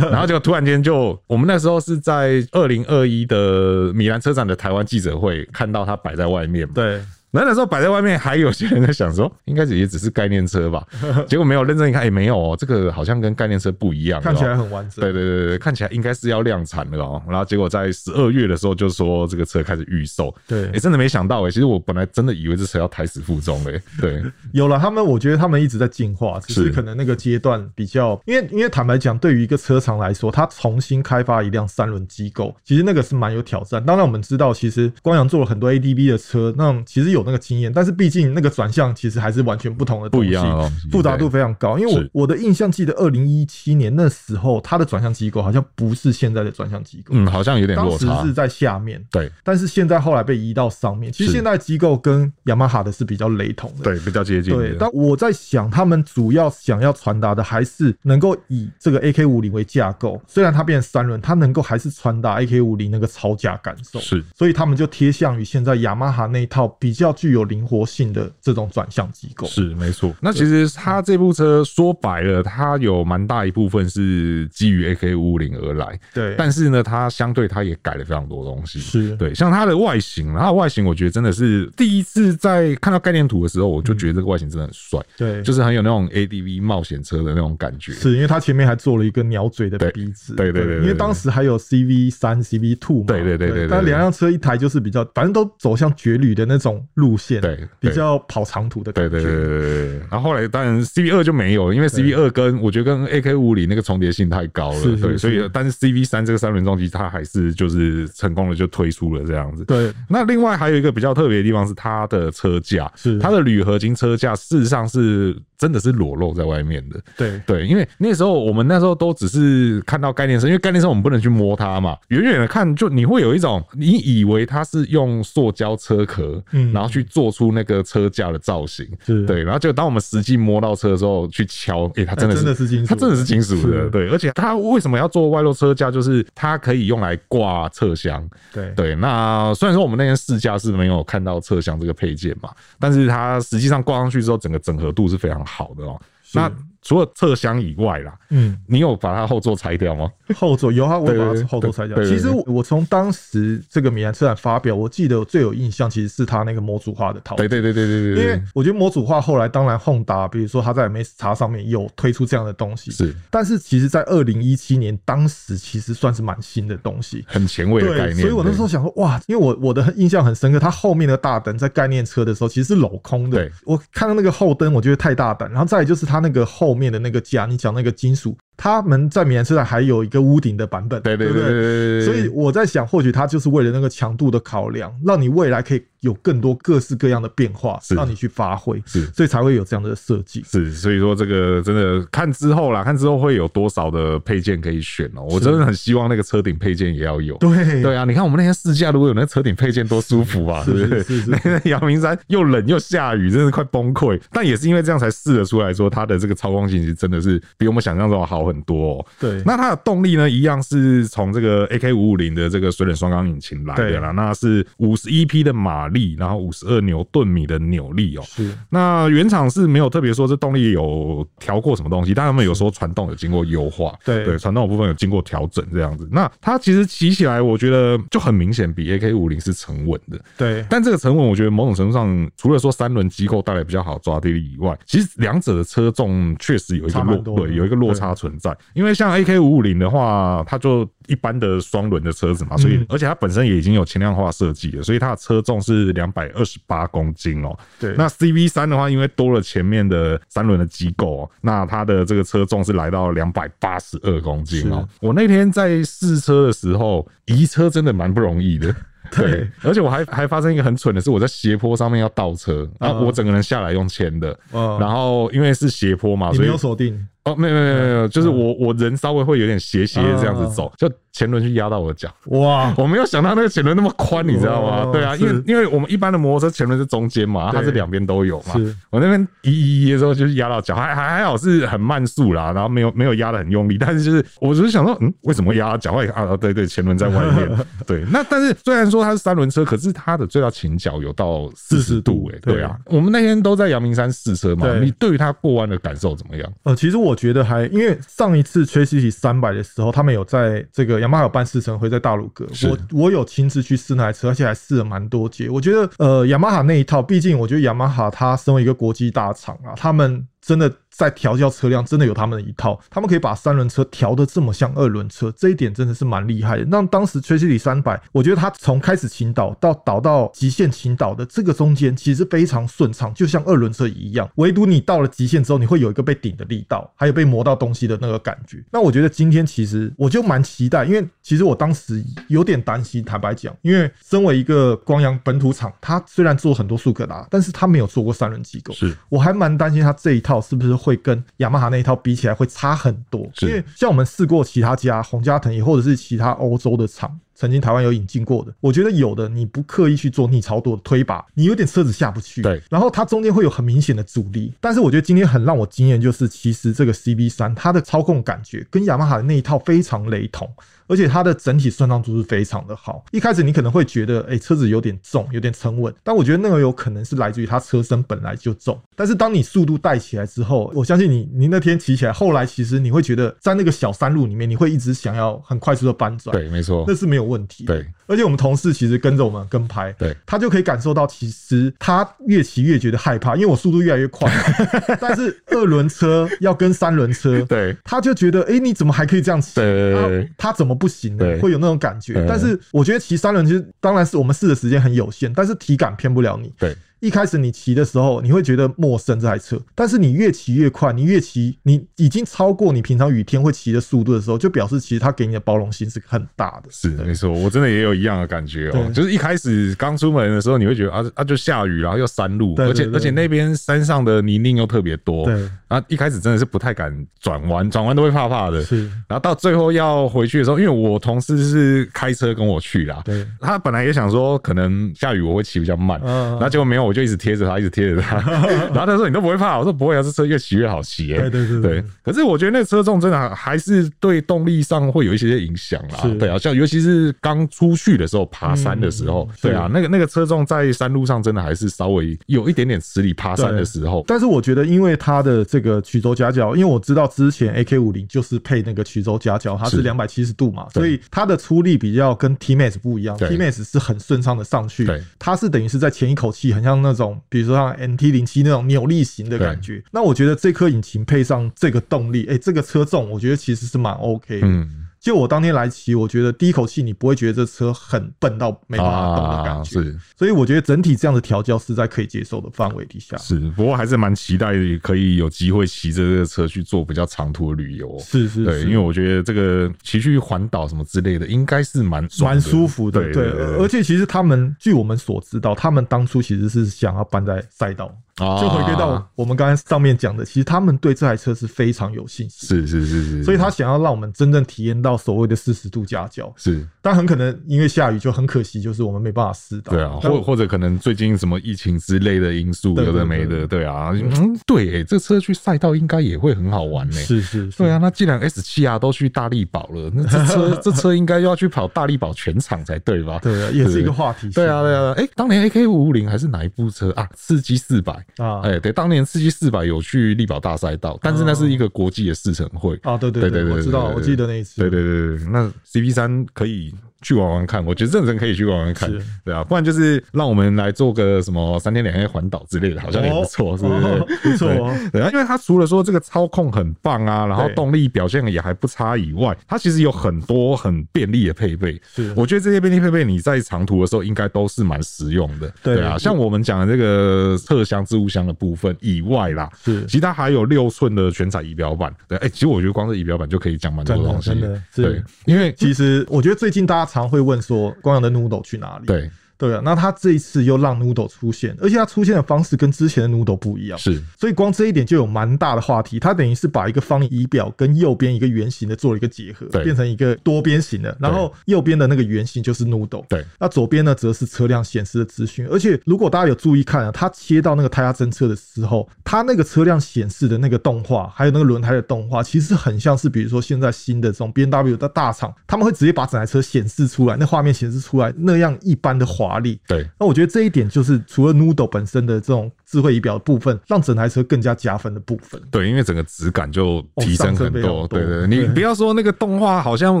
然后结果突然间就，我们那时候是在二零二一的米兰车展的台湾记者会看到它摆在外面嘛，对，然后那时候摆在外面，还有些人在想说，应该也只是概念车 吧，结果没有认真一看，哎、没有哦，这个好像跟概念车不一样，看起哦来很完整。啊对对对对，看起来应该是要量产了哦。然后结果在十二月的时候就说这个车开始预售，对哎、真的没想到哎、其实我本来真的以为这车要胎死腹中哎、 对有了他们，我觉得他们一直在进化，只是是可能那个阶段比较，因为因为坦白讲，对于一个车厂来说，它重新开发一辆三轮机构，其实那个是蛮有挑战。当然，我们知道，其实光阳做了很多 ADB 的车，那其实有那个经验，但是毕竟那个转向其实还是完全不同的东不西，一样的哦东西复杂度非常高。因为是我我的印象记得，二零一七年那时候，它的转向机构好像不是现在的转向机构，嗯，好像有点当落时差是。在下面，对但是现在后来被移到上面。其实是现在机构跟雅马哈的是比较雷同的，对，比较接近的。对，但我在想，他们主要想要传达的还是能够以这个 AK 五零为架构，虽然它变成三轮，它能够还是传达 AK 五零那个超价感受。是所以他们就贴向于现在雅马哈那一套比较具有灵活性的这种转向机构。是没错。那其实它这部车说白了，它有蛮大一部分是基于 AK 五五零而来，对，但是呢，它相对它也改了非常多东西。是对，像它的外形，啊它的外形我觉得真的是第一次在看到概念图的时候，我就觉得这个外形真的很帅。对，就是是很有那种 ADV 冒险车的那种感觉。嗯是因为它前面还做了一个鸟嘴的对鼻子。对对对对因为对当时还有 CV 三、CV two 嘛。对对对对对但对两辆车一台就是比较，反正都走向绝旅的那种路线，对对比较跑长途的感对觉。对对对对对对。然后后来当然 CV 二就没有，因为 CV 二跟我觉得跟 AK 五零那个重叠性太高了，是是对，是所以但是 CV 三这个三轮重机它还是就是成功的就推出了这样子。对那另外还有一个比较特别的地方是它的车架，是它的铝合金车架，事实上是真的是裸露在外面的。对对，因为那时候我们那时候都只是看到概念车，因为概念车我们不能去摸它嘛，远远的看就你会有一种你以为它是用塑胶车壳，嗯然后去做出那个车架的造型，是对，然后就当我们实际摸到车的时候去敲，诶、它真的是、哎真的是金属它真的是金属的，是对，而且它为什么要做外露车架，就是它可以用来挂侧箱，对对，那虽然说我们那天试驾是没有看到侧箱这个配件嘛，但是它实际上挂上去之后，整个整合度是非常好的哦、那除了侧箱以外啦，嗯，你有把它后座拆掉吗？后座有啊，我对把对它后对座拆掉。对对其实对我我从当时这个米兰车展发表，我记得我最有印象其实是它那个模组化的套对件。对对对对对因为对，我觉得模组化后来当然 Honda，比如说它在 M S X 上面也有推出这样的东西，是但是其实，在二零一七年当时其实算是蛮新的东西。很前卫的概对，念。所以我那时候想说，哇，因为我我的印象很深刻，它后面的大灯在概念车的时候其实是镂空的对。我看到那个后灯，我觉得太大胆。然后再来就是它那个后面的那个架，你讲那个金属，他们在米兰车展还有一个屋顶的版本，对对不对对对对，对所以我在想，或许它就是为了那个强度的考量，让你未来可以有更多各式各样的变化是，让你去发挥，是所以才会有这样的设计。是，所以说这个真的看之后啦，看之后会有多少的配件可以选哦、我是真的很希望那个车顶配件也要有。对对啊，你看我们那天试驾，如果有那个车顶配件多舒服啊，是对不对？是是是那 那阳明山又冷又下雨，真是快崩溃。但也是因为这样才试得出来说，它的这个操控性其实真的是比我们想象中好好很多、哦。对，那它的动力呢，一样是从这个 AK 五五零的这个水冷双缸引擎来的啦，那是五十一匹的马力，然后五十二牛顿米的扭力哦。是那原厂是没有特别说这动力有调过什么东西，但他们有说传动有经过优化，对对，传动的部分有经过调整这样子。那它其实骑起来，我觉得就很明显比 AK 五零是沉稳的，对但这个沉稳，我觉得某种程度上，除了说三轮机构带来比较好抓地力以外，其实两者的车重确实有一个差蛮落多的对有一个落差存在。因为像 AK 五五零的话，它就一般的双轮的车子嘛，所以、嗯而且它本身也已经有轻量化设计了，所以它的车重是两百二十八公斤哦、对，那 CV 三的话，因为多了前面的三轮的机构、哦，那它的这个车重是来到两百八十二公斤哦。我那天在试车的时候，移车真的蛮不容易的。对 对，而且我还还发生一个很蠢的事，我在斜坡上面要倒车，然后嗯我整个人下来用牵的，嗯然后因为是斜坡嘛，你所没以有锁定，哦，没有没有没有没有，就是我我人稍微会有点斜斜这样嗯嗯子嗯走，就前轮去压到我的脚，哇，我没有想到那个前轮那么宽，你知道吗？哦对啊，因为是因为我们一般的摩托车前轮是中间嘛，它对是两边都有嘛是。我那边移移移的时候就是压到脚，还还还好是很慢速啦，然后没有没有压的很用力，但是就是我只是想说，嗯，为什么会压到脚外啊？对对，前轮在外 面。对，那但是虽然说它是三轮车，可是它的最大倾角有到四十40度度诶、对啊，我们那天都在阳明山试车嘛，对你对于它过弯的感受怎么样？呃，其实我觉得还因为上一次 Tracy 三百的时候，他们有在这个雅马哈有办试乘会在大鲁阁，是我我有亲自去试那台车，而且还试了蛮多节。我觉得呃，雅马哈那一套，毕竟我觉得雅马哈它身为一个国际大厂啊，他们真的在调教车辆真的有他们的一套，他们可以把三轮车调的这么像二轮车，这一点真的是蛮厉害的。那当时 Tracy 三百，我觉得它从开始倾倒到倒到极限倾倒的这个中间，其实非常顺畅，就像二轮车一样。唯独你到了极限之后，你会有一个被顶的力道，还有被磨到东西的那个感觉。那我觉得今天其实我就蛮期待，因为其实我当时有点担心，坦白讲，因为身为一个光阳本土厂，它虽然做很多速可达，但是它没有做过三轮机构。是我还蛮担心它这一套是不是会跟雅马哈那一套比起来会差很多，是因为像我们试过其他家洪家腾也或者是其他欧洲的厂。曾经台湾有引进过的，我觉得有的你不刻意去做逆超多的推把，你有点车子下不去。对然后它中间会有很明显的阻力。但是我觉得今天很让我惊艳，就是其实这个 CB 三它的操控感觉跟雅马哈的那一套非常雷同，而且它的整体顺畅度是非常的好。一开始你可能会觉得，哎、车子有点重，有点沉稳，但我觉得那个有可能是来自于它车身本来就重。但是当你速度带起来之后，我相信你，你那天骑起来，后来其实你会觉得在那个小山路里面，你会一直想要很快速的搬转，对，没错那，是没有问题。对。而且我们同事其实跟着我们跟拍，对他就可以感受到，其实他越骑越觉得害怕，因为我速度越来越 快嘛，但是二轮车要跟三轮车，对他就觉得，哎、你怎么还可以这样骑？对啊对对他怎么不行呢呃对？会有那种感嗯觉。但是我觉得骑三轮其实当然是我们试的时间很有限，但是体感骗不了你。对，一开始你骑的时候，你会觉得陌生这台车，但是你越骑越快，你越骑，你已经超过你平常雨天会骑的速度的时候，就表示其实它给你的包容性是很大的。是没错，我真的也有一样的感觉哦、对就是一开始刚出门的时候，你会觉得啊啊就下雨，然后又山路，对对而且对而且那边山上的泥泞又特别多，对，啊一开始真的是不太敢转弯，转弯都会怕怕的。是然后到最后要回去的时候，因为我同事是开车跟我去啦，对他本来也想说可能下雨我会骑比较慢，嗯然后结果没有，我就一直贴着他，一直贴着 他。然后他说你都不会怕，我说不会啊，这车越骑越好骑、欸。对对对对可是我觉得那个车重真的还是对动力上会有一些些影响啦是。对啊，像尤其是刚出去的时候，爬山的时候，嗯对啊，那个那个车重在山路上真的还是稍微有一点点吃力。爬山对的时候，但是我觉得，因为它的这个曲轴夹角，因为我知道之前 AK 五零就是配那个曲轴夹角，它是是两百七十度嘛，对所以它的出力比较跟 T Max 不一样对，T Max 是很顺畅的上去对，它是等于是在前一口气，很像那种比如说像 NT 零七那种扭力型的感觉。那我觉得这颗引擎配上这个动力，哎、这个车重，我觉得其实是蛮 OK 的。嗯。就我当天来骑，我觉得第一口气你不会觉得这车很笨到没办法动的感觉，啊是所以我觉得整体这样的调教是在可以接受的范围底下。是，不过还是蛮期待可以有机会骑着这个车去做比较长途的旅游哦。是是对，是因为我觉得这个骑去环岛什么之类的，应该是蛮爽蛮的舒服的，对对。对而且其实他们，据我们所知道，他们当初其实是想要搬在赛道，啊就回归到我们刚才上面讲的，其实他们对这台车是非常有信心，是是是是，所以他想要让我们真正体验到所谓的四十度夹角。是但很可能因为下雨就很可惜，就是我们没办法试到。对啊，但或或者可能最近什么疫情之类的因素，对有的对没对的，对啊，嗯，对耶，这车去赛道应该也会很好玩呢。是是是对啊，，那既然 S 七 R 都去大力宝了，那这 车这车应该要去跑大力宝全场才对吧？对啊，也是一个话题性。对啊，对啊，哎、当年 AK 五五零还是哪一部车啊？刺激四百，啊哎、对，当年刺激四百有去力宝大赛道，但是那是一个国际的试乘会。啊，对对对对对我知道，对对我记得那一次。对对对对，那 CP 三可以去玩玩看，我觉得认真可以去玩玩看是，对啊，不然就是让我们来做个什么三天两夜环岛之类的，好像也不错，哦 是不哦是？不错哦对对啊，因为它除了说这个操控很棒啊，然后对动力表现也还不差以外，它其实有很多很便利的配备。是我觉得这些便利配备你在长途的时候应该都是蛮实用的。对啊，像我们讲的这个侧箱、置物箱的部分以外啦，是其他还有六寸的全彩仪表板。对，哎、其实我觉得光是仪表板就可以讲蛮多真的东西。真的是对，因为其实我觉得最近大家常会问说，光阳的 Noodle 去哪里？对对啊，那他这一次又让 Noodle 出现，而且他出现的方式跟之前的 Noodle 不一样。是所以光这一点就有蛮大的话题，它等于是把一个方仪表跟右边一个圆形的做了一个结合对，变成一个多边形的。然后右边的那个圆形就是 Noodle，对那左边呢则是车辆显示的资讯。而且如果大家有注意看啊，它切到那个胎压侦测的时候，它那个车辆显示的那个动画，还有那个轮胎的动画，其实很像是比如说现在新的这种 B N W 的大厂，他们会直接把整台车显示出来，那画面显示出来那样一般的华丽。对。那我觉得这一点就是除了 Noodle 本身的这种智慧仪表的部分，让整台车更加加分的部分。对，因为整个质感就提升很多。哦上升非常多对对对，你对不要说那个动画好像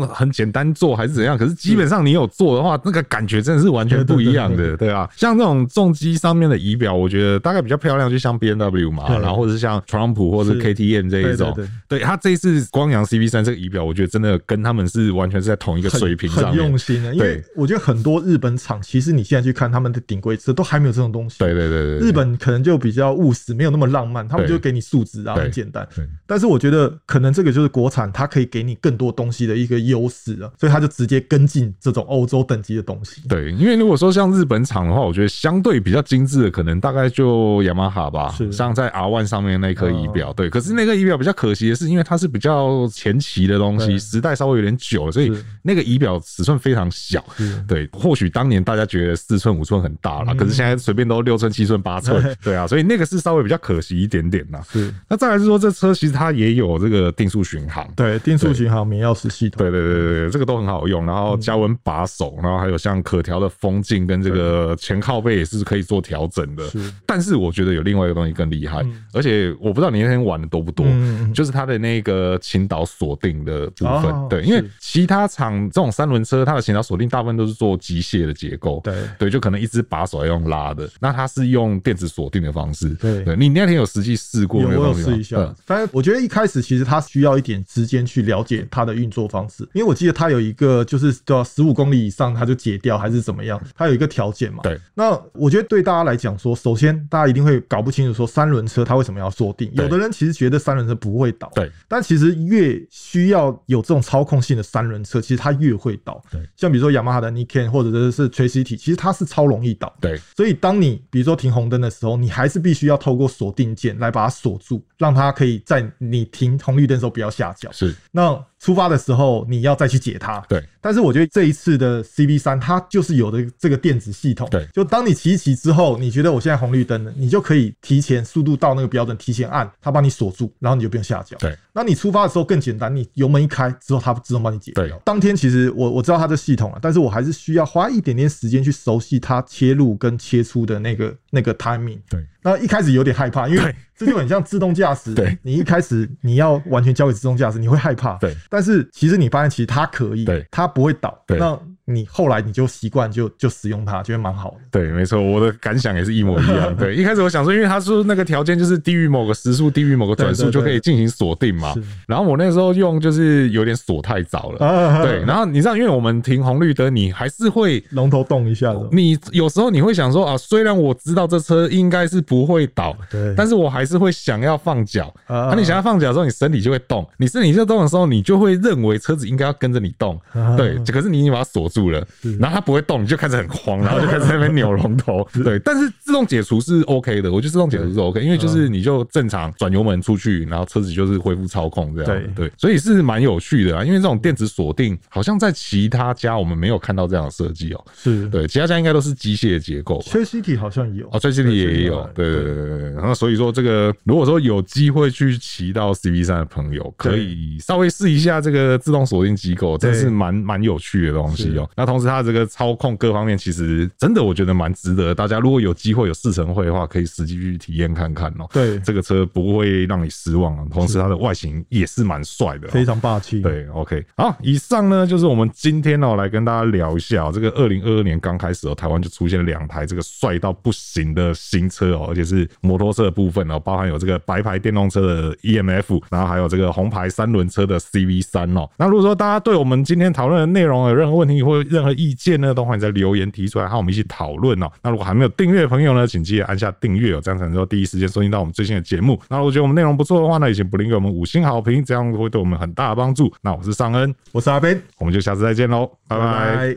很简单做还是怎样，可是基本上你有做的话，那个感觉真的是完全不一样对的，对啊，像这种重机上面的仪表，我觉得大概比较漂亮，就像 B N W 嘛，对然后或者是像 Trump 或者是是 K T M 这一种对对，对它这一次光阳 C V 三这个仪表，我觉得真的跟他们是完全是在同一个很水平上很面用。心的、因为对我觉得很多日本厂，其实你现在去看他们的顶规车都还没有这种东西。对对对对，对日本可能就比较务实，没有那么浪漫，他们对就给你数值啊，对很简单对。但是我觉得可能这个就是国产，它可以给你更多东西的一个优势啊，所以它就直接跟进这种欧洲等级的东西。对，因为如果说像日本厂的话，我觉得相对比较精致的，可能大概就雅马哈吧，是哦像在 R One 上面那颗仪表，对。可是那个仪表比较可惜的是，因为它是比较前期的东西，对时代稍微有点久了，所以是那个仪表尺寸非常小。是对，或许当年大家觉得四寸五寸很大嗯啦，可是现在随便都六寸七寸八 寸，对啊，所以那个是稍微比较可惜一点点啦。是，那再来是说，这车其实它也有这个定速巡航，对，定速巡航、免钥匙系统，对对对对对，这个都很好用。然后加温把手，然后还有像可调的风镜跟这个前靠背也是可以做调整的。是但是我觉得有另外一个东西更厉害，而且我不知道你那天玩的多不多，嗯嗯嗯就是它的那个倾倒锁定的部分。哦对，因为是其他厂这种三轮车，它的倾倒锁定大部分都是做机械的结构。对对，就可能一只把手要用拉的，那它是用电子锁定的方式。对你那天有实际试过有那个我有东西吗？试一下嗯，反正我觉得一开始其实它需要一点时间去了解它的运作方式，因为我记得它有一个就是到十五公里以上它就解掉还是怎么样，它有一个条件嘛。对，那我觉得对大家来讲说，首先大家一定会搞不清楚说三轮车它为什么要锁定，对有的人其实觉得三轮车不会倒，对，但其实越需要有这种操控性的三轮车，其实它越会倒。对，像比如说雅马哈的 Nikan 或者是 Tracy T，其实它是超容易倒。对，所以当你比如说停红灯的时候，你还是必须要透过锁定键来把它锁住，让它可以在你停红绿灯的时候不要下脚。是，那出发的时候你要再去解它。对，但是我觉得这一次的 CB 三它就是有的这个电子系统，对就当你骑一骑之后，你觉得我现在红绿灯了，你就可以提前速度到那个标准，提前按它帮你锁住，然后你就不用下脚。对，那你出发的时候更简单，你油门一开之后，它自动帮你解对掉。当天其实我我知道它的系统了，啊但是我还是需要花一点点时间去熟悉它切入跟切出的那个那个 timing。对，那一开始有点害怕，因对为这就很像自动驾驶。对，你一开始你要完全交给自动驾驶，你会害怕。对，但是其实你发现其实它可以，对它不会倒。对那你后来你就习惯就就使用它，觉得蛮好的。对，没错，我的感想也是一模一 样。对，一开始我想说，因为他说那个条件就是低于某个时速、低于某个转速对对对就可以进行锁定嘛 是。然后我那时候用就是有点锁太早了。啊对，然后你知道，因为我们停红绿灯，你还是会，龙头动一下的，你有时候你会想说啊，虽然我知道这车应该是不会倒，对但是我还是会想要放脚。啊啊，你想要放脚的时候，你身体就会动，你身体就动的时候，你就会认为车子应该要跟着你动啊，对。可是你已经把它锁住了，然后它不会动，你就开始很慌，然后就开始在那边扭龙 头。对，但是自动解除是 OK 的，我觉得自动解除是啊 OK，因为就是你就正常转油门出去，然后车子就是恢复操控这样。对，所以是蛮有趣的啊，因为这种电子锁定好像在其他家我们没有看到这样的设计哦。是对，其他家应该都是机械结构吧。缺 C 体好像有哦，最近也有，对对对对对。然后所以说，这个如果说有机会去骑到 CV 三的朋友，可以稍微试一下这个自动锁定机构，真是蛮蛮有趣的东西哦。那同时它这个操控各方面，其实真的我觉得蛮值得大家，如果有机会有试乘会的话，可以实际去体验看看哦。对这个车不会让你失望啊，同时它的外形也是蛮帅的哦，非常霸气。，对，OK，好，以上呢就是我们今天哦、来跟大家聊一下、哦，这个二零二二年刚开始哦、台湾就出现了两台这个帅到不行的新车哦、而且是摩托车的部分哦、包含有这个白牌电动车的 EMF，然后还有这个红牌三轮车的 CV 三哦。那如果说大家对我们今天讨论的内容有任何问题或任何意见呢，都欢迎在留言提出来，和我们一起讨论哦。那如果还没有订阅的朋友呢，请记得按下订阅哦，这样才能够第一时间收听到我们最新的节目。那如果觉得我们内容不错的话呢，也请不吝给我们五星好评，这样会对我们很大的帮助。那我是尚恩，我是阿斌，我们就下次再见喽，拜拜